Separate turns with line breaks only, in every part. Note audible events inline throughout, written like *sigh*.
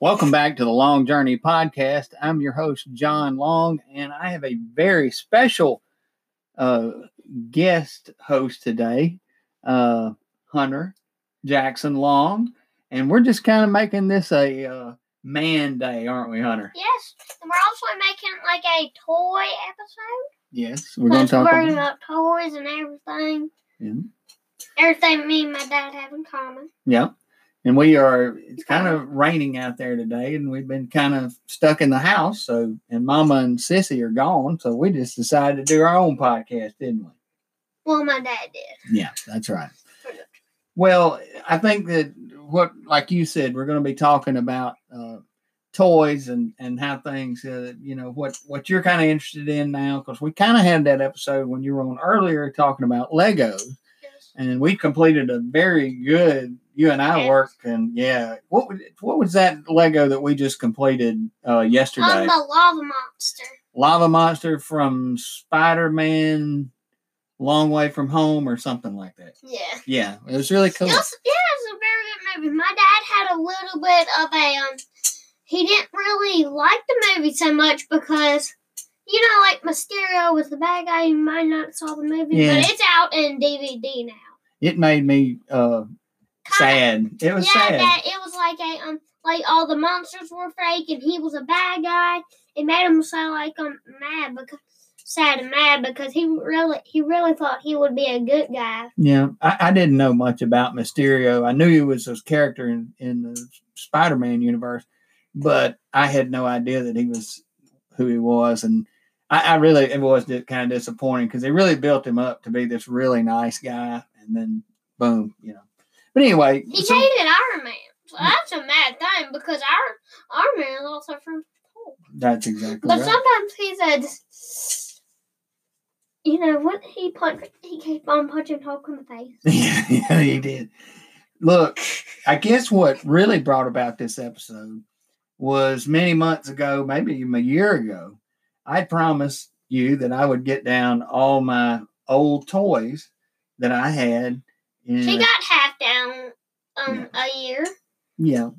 Welcome back to the Long Journey Podcast. I'm your host, John Long, and I have a very special uh, guest host today, uh, Hunter Jackson Long. And we're just kind of making this a uh, man day, aren't we, Hunter?
Yes, and we're also making like a toy episode.
Yes, we're going to talk
learn
about.
about toys and everything.
Yeah.
Everything me and my dad have in common.
Yeah. And we are, it's kind of raining out there today, and we've been kind of stuck in the house. So, and Mama and Sissy are gone. So, we just decided to do our own podcast, didn't we?
Well, my dad did.
Yeah, that's right.
Correct.
Well, I think that what, like you said, we're going to be talking about uh, toys and and how things, uh, you know, what what you're kind of interested in now, because we kind of had that episode when you were on earlier talking about Legos,
Yes.
and we completed a very good. You and I
Yes.
worked, and yeah, what was- what was that Lego that we just completed uh, yesterday?
I'm the lava monster.
Lava monster from Spider Man, Long Way from Home, or something like that.
Yeah.
Yeah, it was really cool.
Yes, yeah, it's a very good movie. My dad had a little bit of a um. He didn't really like the movie so much because, you know, like Mysterio was the bad guy. You might not saw the movie,
Yeah.
but it's out in DVD now.
It made me uh,
Kinda
sad. It was
yeah,
sad.
that it was like a um, like all the monsters were fake and he was a bad guy. It made him so like um mad because sad and mad because he really he really thought he would be a good guy.
yeah, I, I didn't know much about Mysterio. I knew he was his character in, in the Spider-Man universe, but I had no idea that he was who he was, and I, I really it was kind of disappointing because they really built him up to be this really nice guy, and then boom, you know. But anyway,
He
so-
hated Iron Man. So that's a mad thing because Iron Iron Man is also from Thor.
that's exactly
But
right.
sometimes he's a dis- you know when he punched he kept on punching Hulk in the face.
Yeah, *laughs* yeah, he did. Look, I guess what really brought about this episode was many months ago, maybe even a year ago, I promised you that I would get down all my old toys that I had. In
She
a-
got half down um a year.
yeah.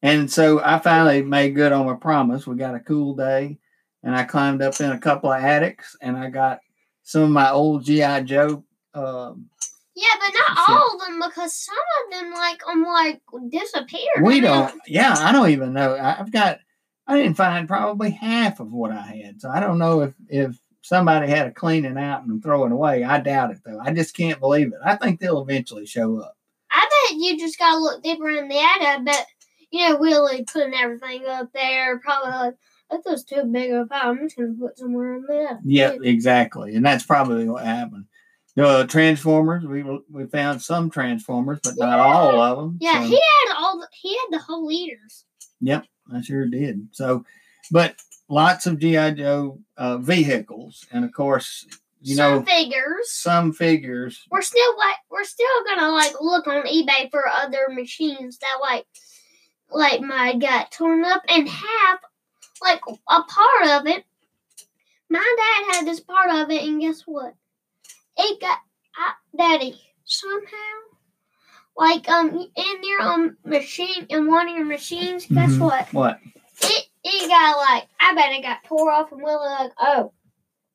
And so I finally made good on my promise. We got a cool day, and I climbed up in a couple of attics and I got some of my old G.I. Joe. Um,
Yeah, but not
Shit.
all of them because some of them like um like disappeared. I
We
mean,
don't. Yeah, I don't even know. I- I've got. I didn't find probably half of what I had, so I don't know if if somebody had a cleaning out and throwing away. I doubt it though. I just can't believe it. I think they'll eventually show up.
I bet you just gotta look deeper in the attic. But you know, Willie putting everything up there probably like that was too big of a pile. I'm just gonna put somewhere in there.
Yeah, exactly, and that's probably what happened. The Transformers. We we found some Transformers, but not all of them.
Yeah,
so-
he had all the, he had the whole leaders.
Yep, I sure did. So, but lots of GI Joe uh, vehicles, and of course, you
some
know,
figures.
some figures
We're still like we're still gonna like look on eBay for other machines that like like mine got torn up and half like a part of it. My dad had this part of it, and guess what? It got I, daddy somehow like um in your um machine in one of your machines. Guess
Mhm.
what?
What?
it it got like I bet it got tore off and Willie like, oh,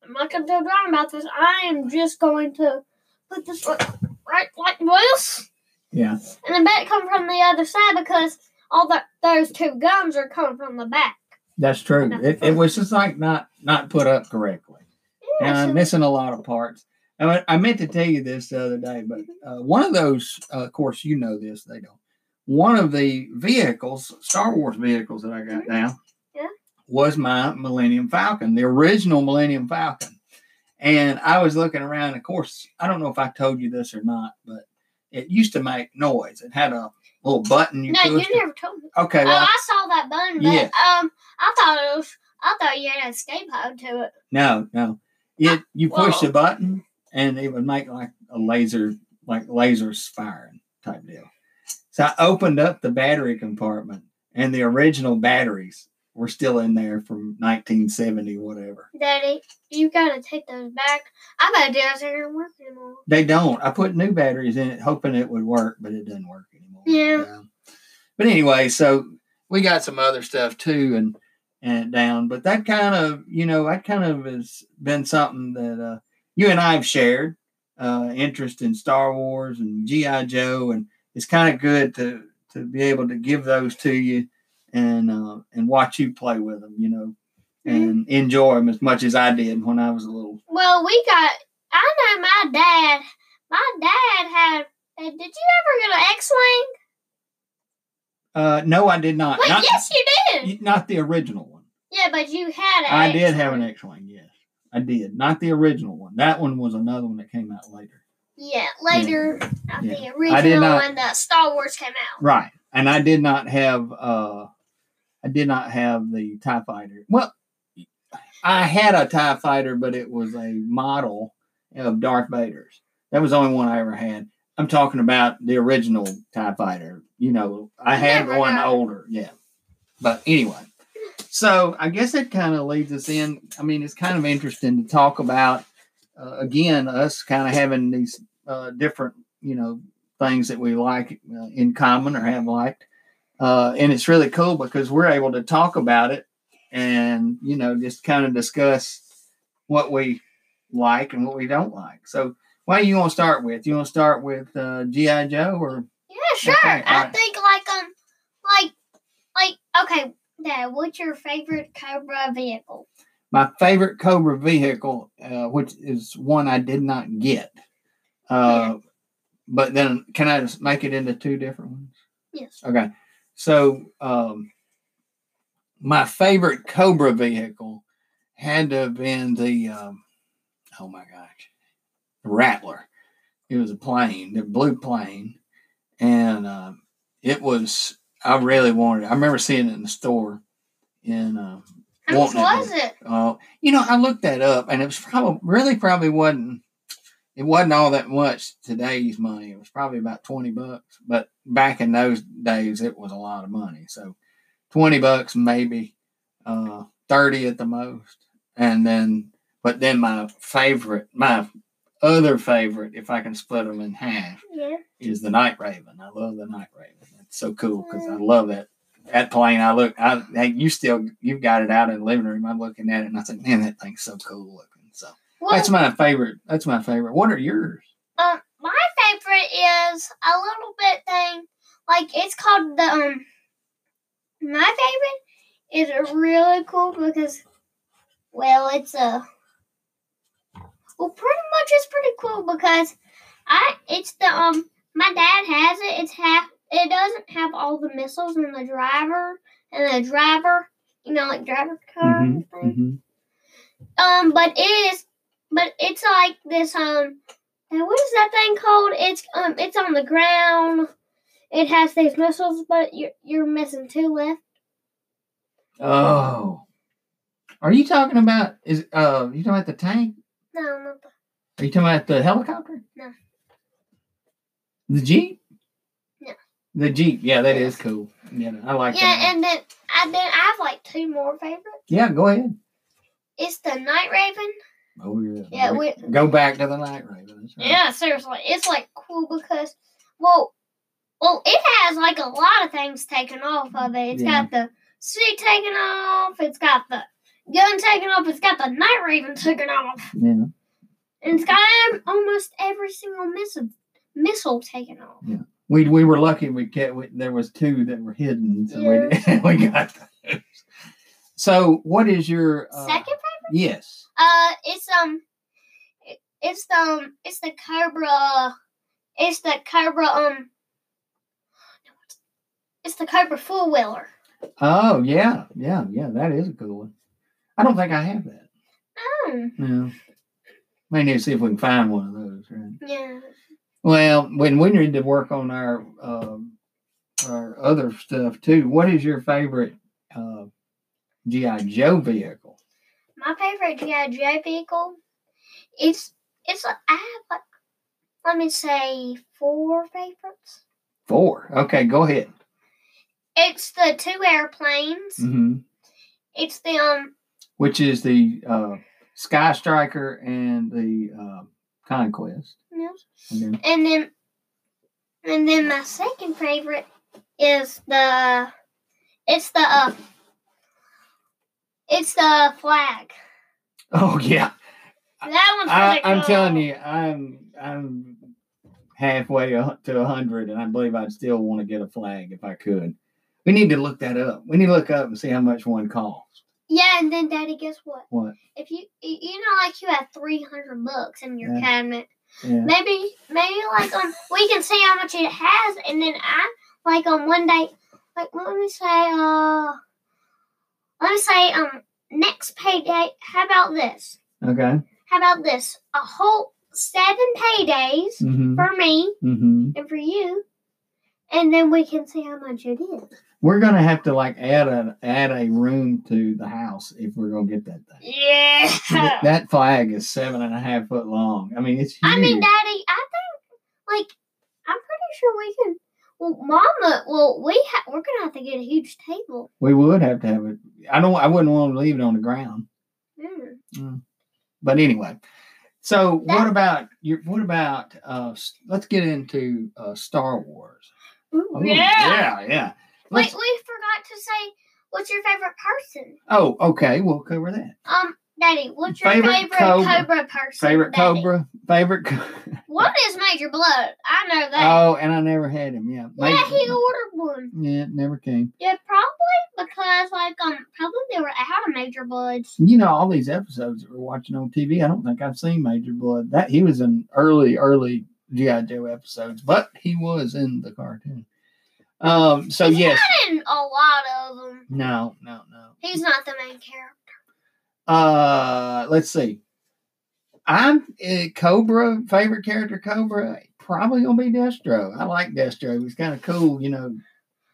I'm not gonna do wrong about this. I am just going to put this like, right like this.
Yeah.
And I bet it come from the other side because all the, those two guns are coming from the back.
That's true.
Not
It, it
fun.
was just like not not put up correctly, and
Yeah,
I'm
so-
missing a lot of parts. I, mean, I meant to tell you this the other day, but uh, one of those, uh, of course, you know this. They don't. One of the vehicles, Star Wars vehicles that I got
Mhm.
now,
Yeah.
was my Millennium Falcon, the original Millennium Falcon. And I was looking around. Of course, I don't know if I told you this or not, but it used to make noise. It had a little button you
no, you
pushed. it-
never told me.
okay,
oh,
well,
I saw that button, but
Yeah.
um, I thought it was, I thought you had a escape pod to it.
No, no. It you push the
Whoa.
button and it would make like a laser, like lasers firing type deal. So I opened up the battery compartment and the original batteries were still in there from 1970, whatever.
Daddy, you gotta take those back. I bet Dad's not work anymore.
They don't. I put new batteries in it hoping it would work, but it doesn't work anymore.
Yeah.
But anyway, so we got some other stuff too, and and down. But that kind of, you know, that kind of has been something that uh, you and I have shared uh, interest in Star Wars and GI Joe, and it's kind of good to to be able to give those to you and uh, and watch you play with them, you know,
Mm-hmm.
and enjoy them as much as I did when I was a little.
Well, we got. I know my dad. My dad had. uh, Did you ever get an X-wing?
Uh, no, I did not.
Wait,
not,
yes, you did.
not the original one.
yeah, but you had an.
I did have an
X-wing.
X-wing. Yes, I did. Not the original one. That one was another one that came out later.
Yeah, later, not
Yeah.
the original
not-
one that Star Wars came out.
Right. And I did not have uh I did not have the TIE fighter. Well I had a TIE fighter, but it was a model of Darth Vader's. That was the only one I ever had. I'm talking about the original TIE fighter. You know, I had
Never
one
know.
older, yeah. But anyway. So I guess that kind of leads us in. I mean, it's kind of interesting to talk about uh, again, us kind of having these uh, different, you know, things that we like uh, in common or have liked. Uh, and it's really cool because we're able to talk about it and, you know, just kind of discuss what we like and what we don't like. So, what do you want to start with? You want to start with uh, G.I. Joe or?
Yeah, sure.
Okay,
I
alright.
think like um, like, like okay, Dad. What's your favorite Cobra vehicle?
my favorite Cobra vehicle, uh, which is one I did not get. Uh, But then, can I just make it into two different ones?
Yes.
Okay. So, um, my favorite Cobra vehicle had to have been the, um, oh my gosh, the Rattler. It was a plane, the blue plane. And uh, it was, I really wanted it. I remember seeing it in the store in uh,
How much
Wanting it,
was it?
uh, you know, I looked that up, and it was probably really probably wasn't. It wasn't all that much today's money. It was probably about twenty bucks, but back in those days, it was a lot of money. So twenty bucks, maybe uh, thirty at the most, and then. But then my favorite, my other favorite, if I can split them in half,
Yeah.
is the Night Raven. I love the Night Raven. It's so cool because I love that that plane. I look, I hey, you still you've got it out in the living room. I'm looking at it and I think, man, that thing's so cool looking. So
Well,
that's my favorite. That's my favorite. What are yours?
um, my favorite is a little bit thing. Like it's called the um. My favorite is really cool because, well, it's a. Well, pretty much it's pretty cool because, I it's the um my dad has it. It's half. It doesn't have all the missiles and the driver and the driver. You know, like driver car and thing. Um, but it is, but it's like this. Um, now what is that thing called? It's um, it's on the ground. It has these missiles, but you're you're missing two left.
Oh, are you talking about is uh you talking about the tank?
No, not the,
Are you talking about the helicopter?
No.
The jeep.
No.
The jeep. Yeah, that is cool. Yeah, I like that.
yeah, and then I then I have like two more favorites.
yeah, go ahead.
It's the Night Raven.
Oh yeah.
Yeah, we
Go back to the night raven. That's right.
yeah seriously, it's like cool because well, well it has like a lot of things taken off of it. It's
Yeah.
got the city taken off. It's got the gun taken off. It's got the Night Raven taken off.
Yeah.
And it's got ev- almost every single missile missile taken off.
We we were lucky we kept we, there was two that were hidden, so *laughs* we we got those. So what is your uh,
Second, fa-
Yes.
uh, it's um, it- it's the um, it's the Cobra, it's the Cobra um, it's the Cobra four wheeler.
Oh yeah, yeah, yeah. That is a good one. I don't think I have that.
Oh,
No. May need to see if we can find one of those. Right.
yeah.
Well, when we need to work on our um, our other stuff too. What is your favorite uh, GI Joe vehicle?
My favorite GI Joe vehicle, it's it's like I have like let me say four favorites.
Four. Okay, go ahead.
It's the two airplanes.
hmm
It's the um,
which is the uh, Sky Striker and the uh, Conquest.
you know,
Okay.
And then, and then my second favorite is the It's the uh, it's the flag.
Oh yeah,
That one's
I,
pretty
I'm
cool.
telling you, I'm I'm halfway to a hundred, and I believe I'd still want to get a flag if I could. We need to look that up. We need to look up and see how much one costs.
Yeah, and then Daddy, guess what?
What?
If you y- you know, like you have three hundred bucks in your
Yeah.
cabinet,
Yeah.
maybe maybe like on we can see how much it has, and then I like on one day, like let me say uh, let me say um next payday. How about this?
Okay.
How about this? A whole seven paydays
Mm-hmm.
for me
Mm-hmm.
and for you, and then we can see how much it is.
We're gonna have to like add a add a room to the house if we're gonna get that thing. *laughs*
Yeah.
Th- That flag is seven and a half foot long. I mean, it's huge.
I mean, Daddy, I think like I'm pretty sure we can. Well, Mama, well, we ha- we're gonna have to get a huge table.
we would have to have it. I don't. I wouldn't want to leave it on the ground.
Mm.
But anyway, so what
That-
about your? What about? Uh, s- let's get into uh, Star Wars. Ooh, Oh, yeah, yeah.
Wait,
Let's-
we forgot to say what's your favorite person.
Oh, okay. We'll cover that.
Um, Daddy, what's your
Favorite
favorite,
cobra.
cobra. person?
Favorite
Daddy?
Cobra. Favorite. Co-
What is Major Blood? I know that.
oh, and I never had him. Yeah.
yeah,
maybe-
he ordered one.
yeah, it never came.
Yeah, probably because like um, probably they were out of Major Bloods.
You know all these episodes that we're watching on TV. I don't think I've seen Major Blood. That he was in early, early GI Joe episodes, but he was in the cartoon. Um. So
He's
yes.
not in a lot of them.
No. No. No.
He's not the main character.
Uh, let's see. I'm uh, Cobra favorite character. Cobra probably gonna be Destro. I like Destro. He's kind of cool, you know.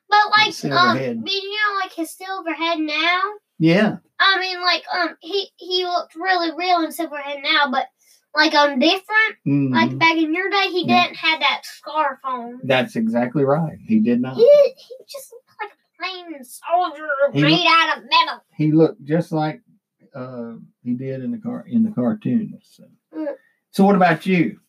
But like,
silver
um,
head.
but you know, like his silver head now.
Yeah,
I mean, like, um, he he looked really real in silver head now, but like, um, different. Like
Mhm.
back in your day, he
Yeah.
didn't have that scarf on.
that's exactly right. He did not.
He he just looked like a plain soldier
He
made out of metal.
He looked just like uh he did in the car in the cartoon. So,
Mm.
so what about you?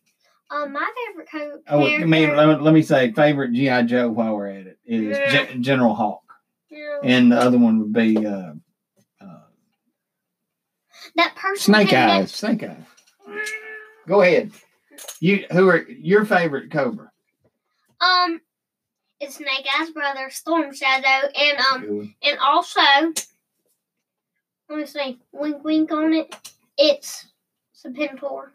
Um, my favorite co-
Oh, I
character.
mean, let, let me say favorite GI Joe while we're at it is
Yeah.
Gen- General Hawk,
you know,
and the other one would be uh, uh,
that person.
Snake
had that-
Eyes. Snake Eyes. Go ahead. You who are your favorite Cobra?
Um, it's Snake Eyes brother, Storm Shadow, and um,
Good one.
And also, let me see, wink wink on it. It's Serpentor.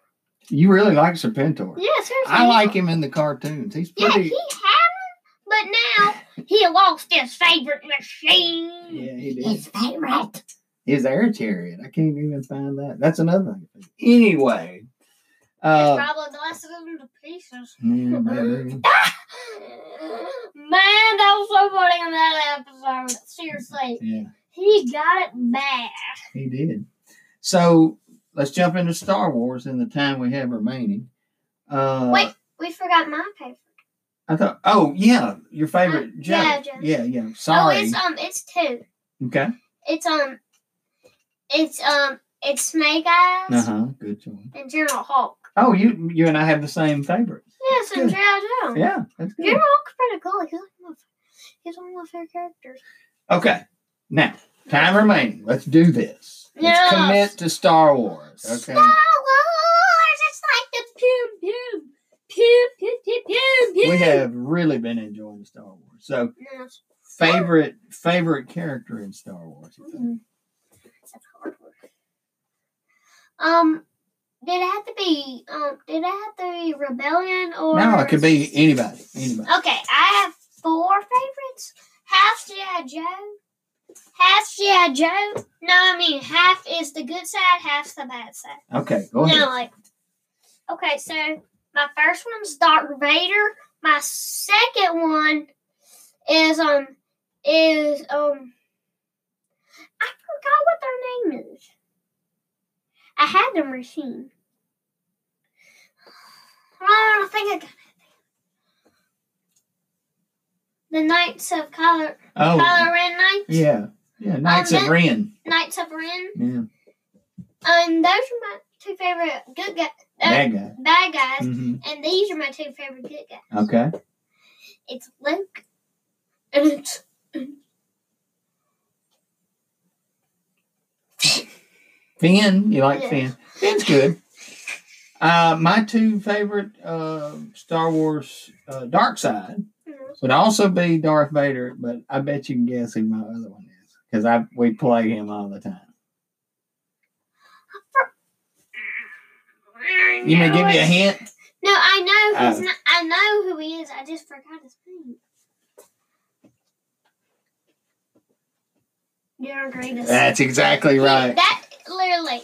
You really like Serpentor.
Yeah, seriously.
I like him in the cartoons. He's
Yeah,
pretty.
he had one, but now he lost his favorite machine.
Yeah, he did.
His favorite.
His air chariot. I can't even find that. That's another thing. Anyway, uh,
Probably blasted him to pieces.
yeah, maybe.
*laughs* Man, that was so funny in that episode. Seriously,
yeah,
he got it bad.
he did. So let's jump into Star Wars in the time we have remaining. Uh,
Wait. We forgot my favorite.
I thought. Oh yeah, your favorite
Uh,
Joe.
yeah, Joe.
Yeah, yeah.
Oh,
Sorry.
it's um, it's two.
okay.
It's um, it's um, it's Snake Eyes
Uh huh. Good choice.
and General Hulk.
Oh, you you and I have the same favorite.
Yes, and
Good.
General Joe.
Yeah, that's good.
General Hulk's pretty cool. He's like my, he's one of my favorite characters.
Okay, now time remaining. Let's do this. Let's
Yes.
commit to Star Wars.
Star
Okay.
Wars, it's like the pew pew pew pew pew pew. pew.
We have really been enjoying Star Wars. So
No, it's-
favorite favorite character in Star Wars. you think?
mm, it's a hard one. Um, did it have to be um? Did it have to be rebellion or?
No, it could be anybody. Anybody.
Okay, I have four favorites. Half G.I. Joe. Half G.I. Joe. No, I mean half is the good side, half's the bad side.
Okay, go
No,
ahead.
like okay, so my first one's Darth Vader. My second one is um is um I forgot what their name is. I had the machine. I don't think I got it. The Knights of Kylo,
Oh,
Kylo Ren Knights,
yeah, yeah. Knights of
then-
Ren.
Knights of Ren.
Yeah,
And those are my two favorite good guys, uh,
bad guy.
bad guys.
hmm
And these are my two favorite good guys.
Okay.
It's Luke and it's
Finn, you like
Mm-hmm. Yes.
Finn? Finn's good. Uh, my two favorite uh, Star Wars uh, Dark Side would also be Darth Vader, but I bet you can guess who my other one is because I we play him all the time. You may give me a hint.
No, I know
Oh.
he's not, I know who he is. I just forgot his name. DeAndre.
That's exactly right.
That literally.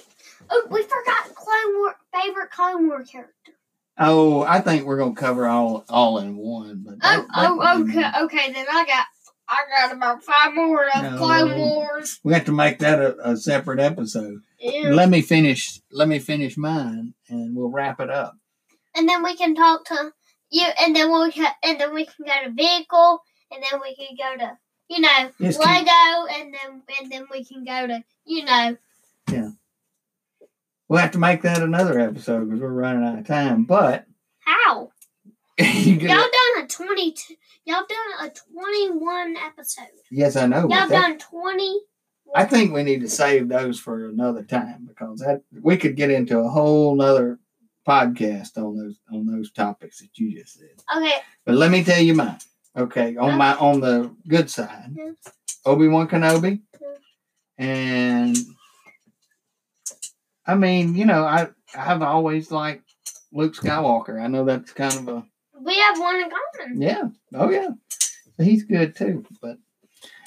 Oh, we forgot Clone War favorite Clone War character.
Oh, I think we're gonna cover all all in one. But that-
Oh,
that
oh,
would be-
okay, okay. Then I got, I got about five more of
No.
Clone Wars.
We have to make that a, a separate episode.
Yeah.
Let me finish. Let me finish mine, and we'll wrap it up.
And then we can talk to you, and then we can, and then we can go to vehicle, and then we can go to, you know,
Yes, keep-
Lego, and then and then we can go to, you know,
We'll have to make that another episode because we're running out of time. But *laughs*
how
you
y'all
get it.
done a twenty two, y'all done a twenty one episode.
yes, I know.
Y'all
but that-
done twenty.
I think we need to save those for another time because that we could get into a whole nother podcast on those on those topics that you just said.
Okay.
But let me tell you mine. Okay, on my on the good side,
Yeah.
Obi Wan Kenobi,
Yeah.
and I mean, you know, I I've always liked Luke Skywalker. I know that's kind of a
We have one in common.
yeah, oh yeah, so he's good too. But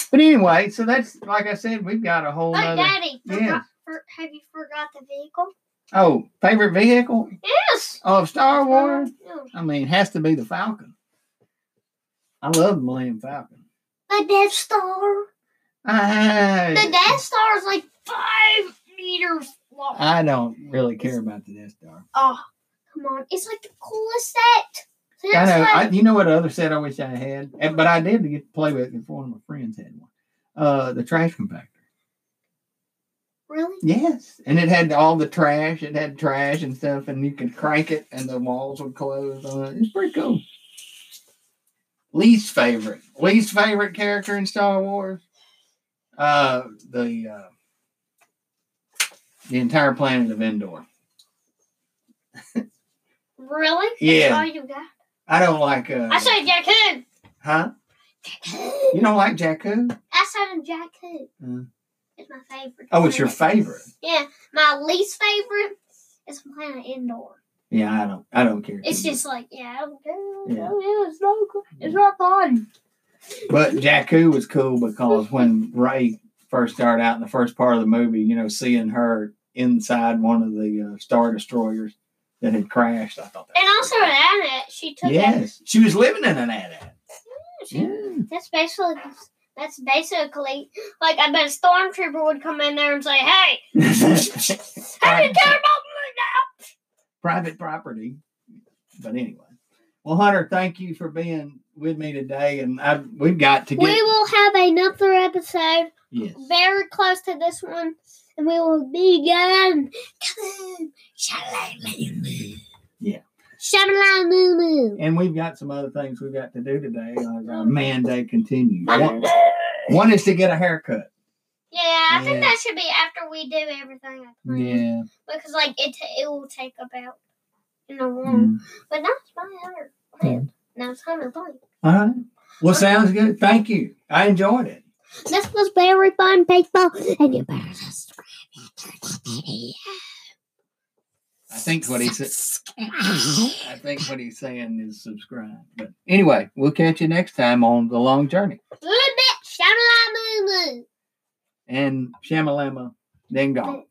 but anyway, so that's like I said, we've got a whole
Oh,
other.
Daddy, forgot,
Yeah.
for, have you forgot the vehicle?
Oh, favorite vehicle
Yes.
of Star Wars?
Yeah.
I mean, it has to be the Falcon. I love the Millennium Falcon.
The Death Star.
I,
The Death Star is like five meters long.
I don't really care about the Death Star.
oh, come on. It's like the coolest set. So
I
that's
know. I,
like-
you know what other set I wish I had, And- but I did get to play with it before one of my friends had one. Uh, the trash compactor.
really?
Yes, and it had all the trash. It had trash and stuff, and you could crank it, and the walls would close on it. It's pretty cool. Least favorite, least favorite character in Star Wars. Uh, the uh, the entire planet of Endor.
Really?
Yeah.
That's all you got?
I don't like. Uh,
I said Jakku.
huh?
Jakku.
You don't like Jakku?
*gasps* I said Jakku.
Mm.
It's my favorite.
Oh, it's your
planet.
favorite.
Yeah. My least favorite is Planet Indoor.
Yeah, I don't. I don't care.
It's
too much.
just like, yeah, I don't care.
Yeah.
Oh, yeah, it's not cool. It's not fun.
But Jakku was cool because when Ray first started out in the first part of the movie, you know, seeing her inside one of the uh, star destroyers that had crashed, I thought that.
And also in that, uh, she took that.
yes, she was living in an ad.
She
Yeah.
That's basically that's basically like I bet a stormtrooper would come in there and say, "Hey, how you
Private-
care about me now?"
*laughs* private property. But anyway, well, Hunter, thank you for being with me today, and I we've got to get
We will have another episode
yes.
very close to this one, and we will begin. Kaboom! Shalalalamoo.
Yeah.
Shalalalamoo.
And we've got some other things we've got to do today as our
Mm-hmm.
man day continues. One,
Monday.
one is to get a haircut.
Yeah, I think
Yeah.
that should be after we do everything I planned.
Yeah.
Because like it, ta- it will take about you know long,
Mm.
but that's my other plan. Now it's Hunter plan.
All right. Well, sounds good. Thank you. I enjoyed it.
This was very fun, baseball, and you better subscribe after the video.
I think what he said. I think what he's saying is subscribe. But anyway, we'll catch you next time on the long journey.
Little bit, shout out, moo moo.
And shamalama, then gone.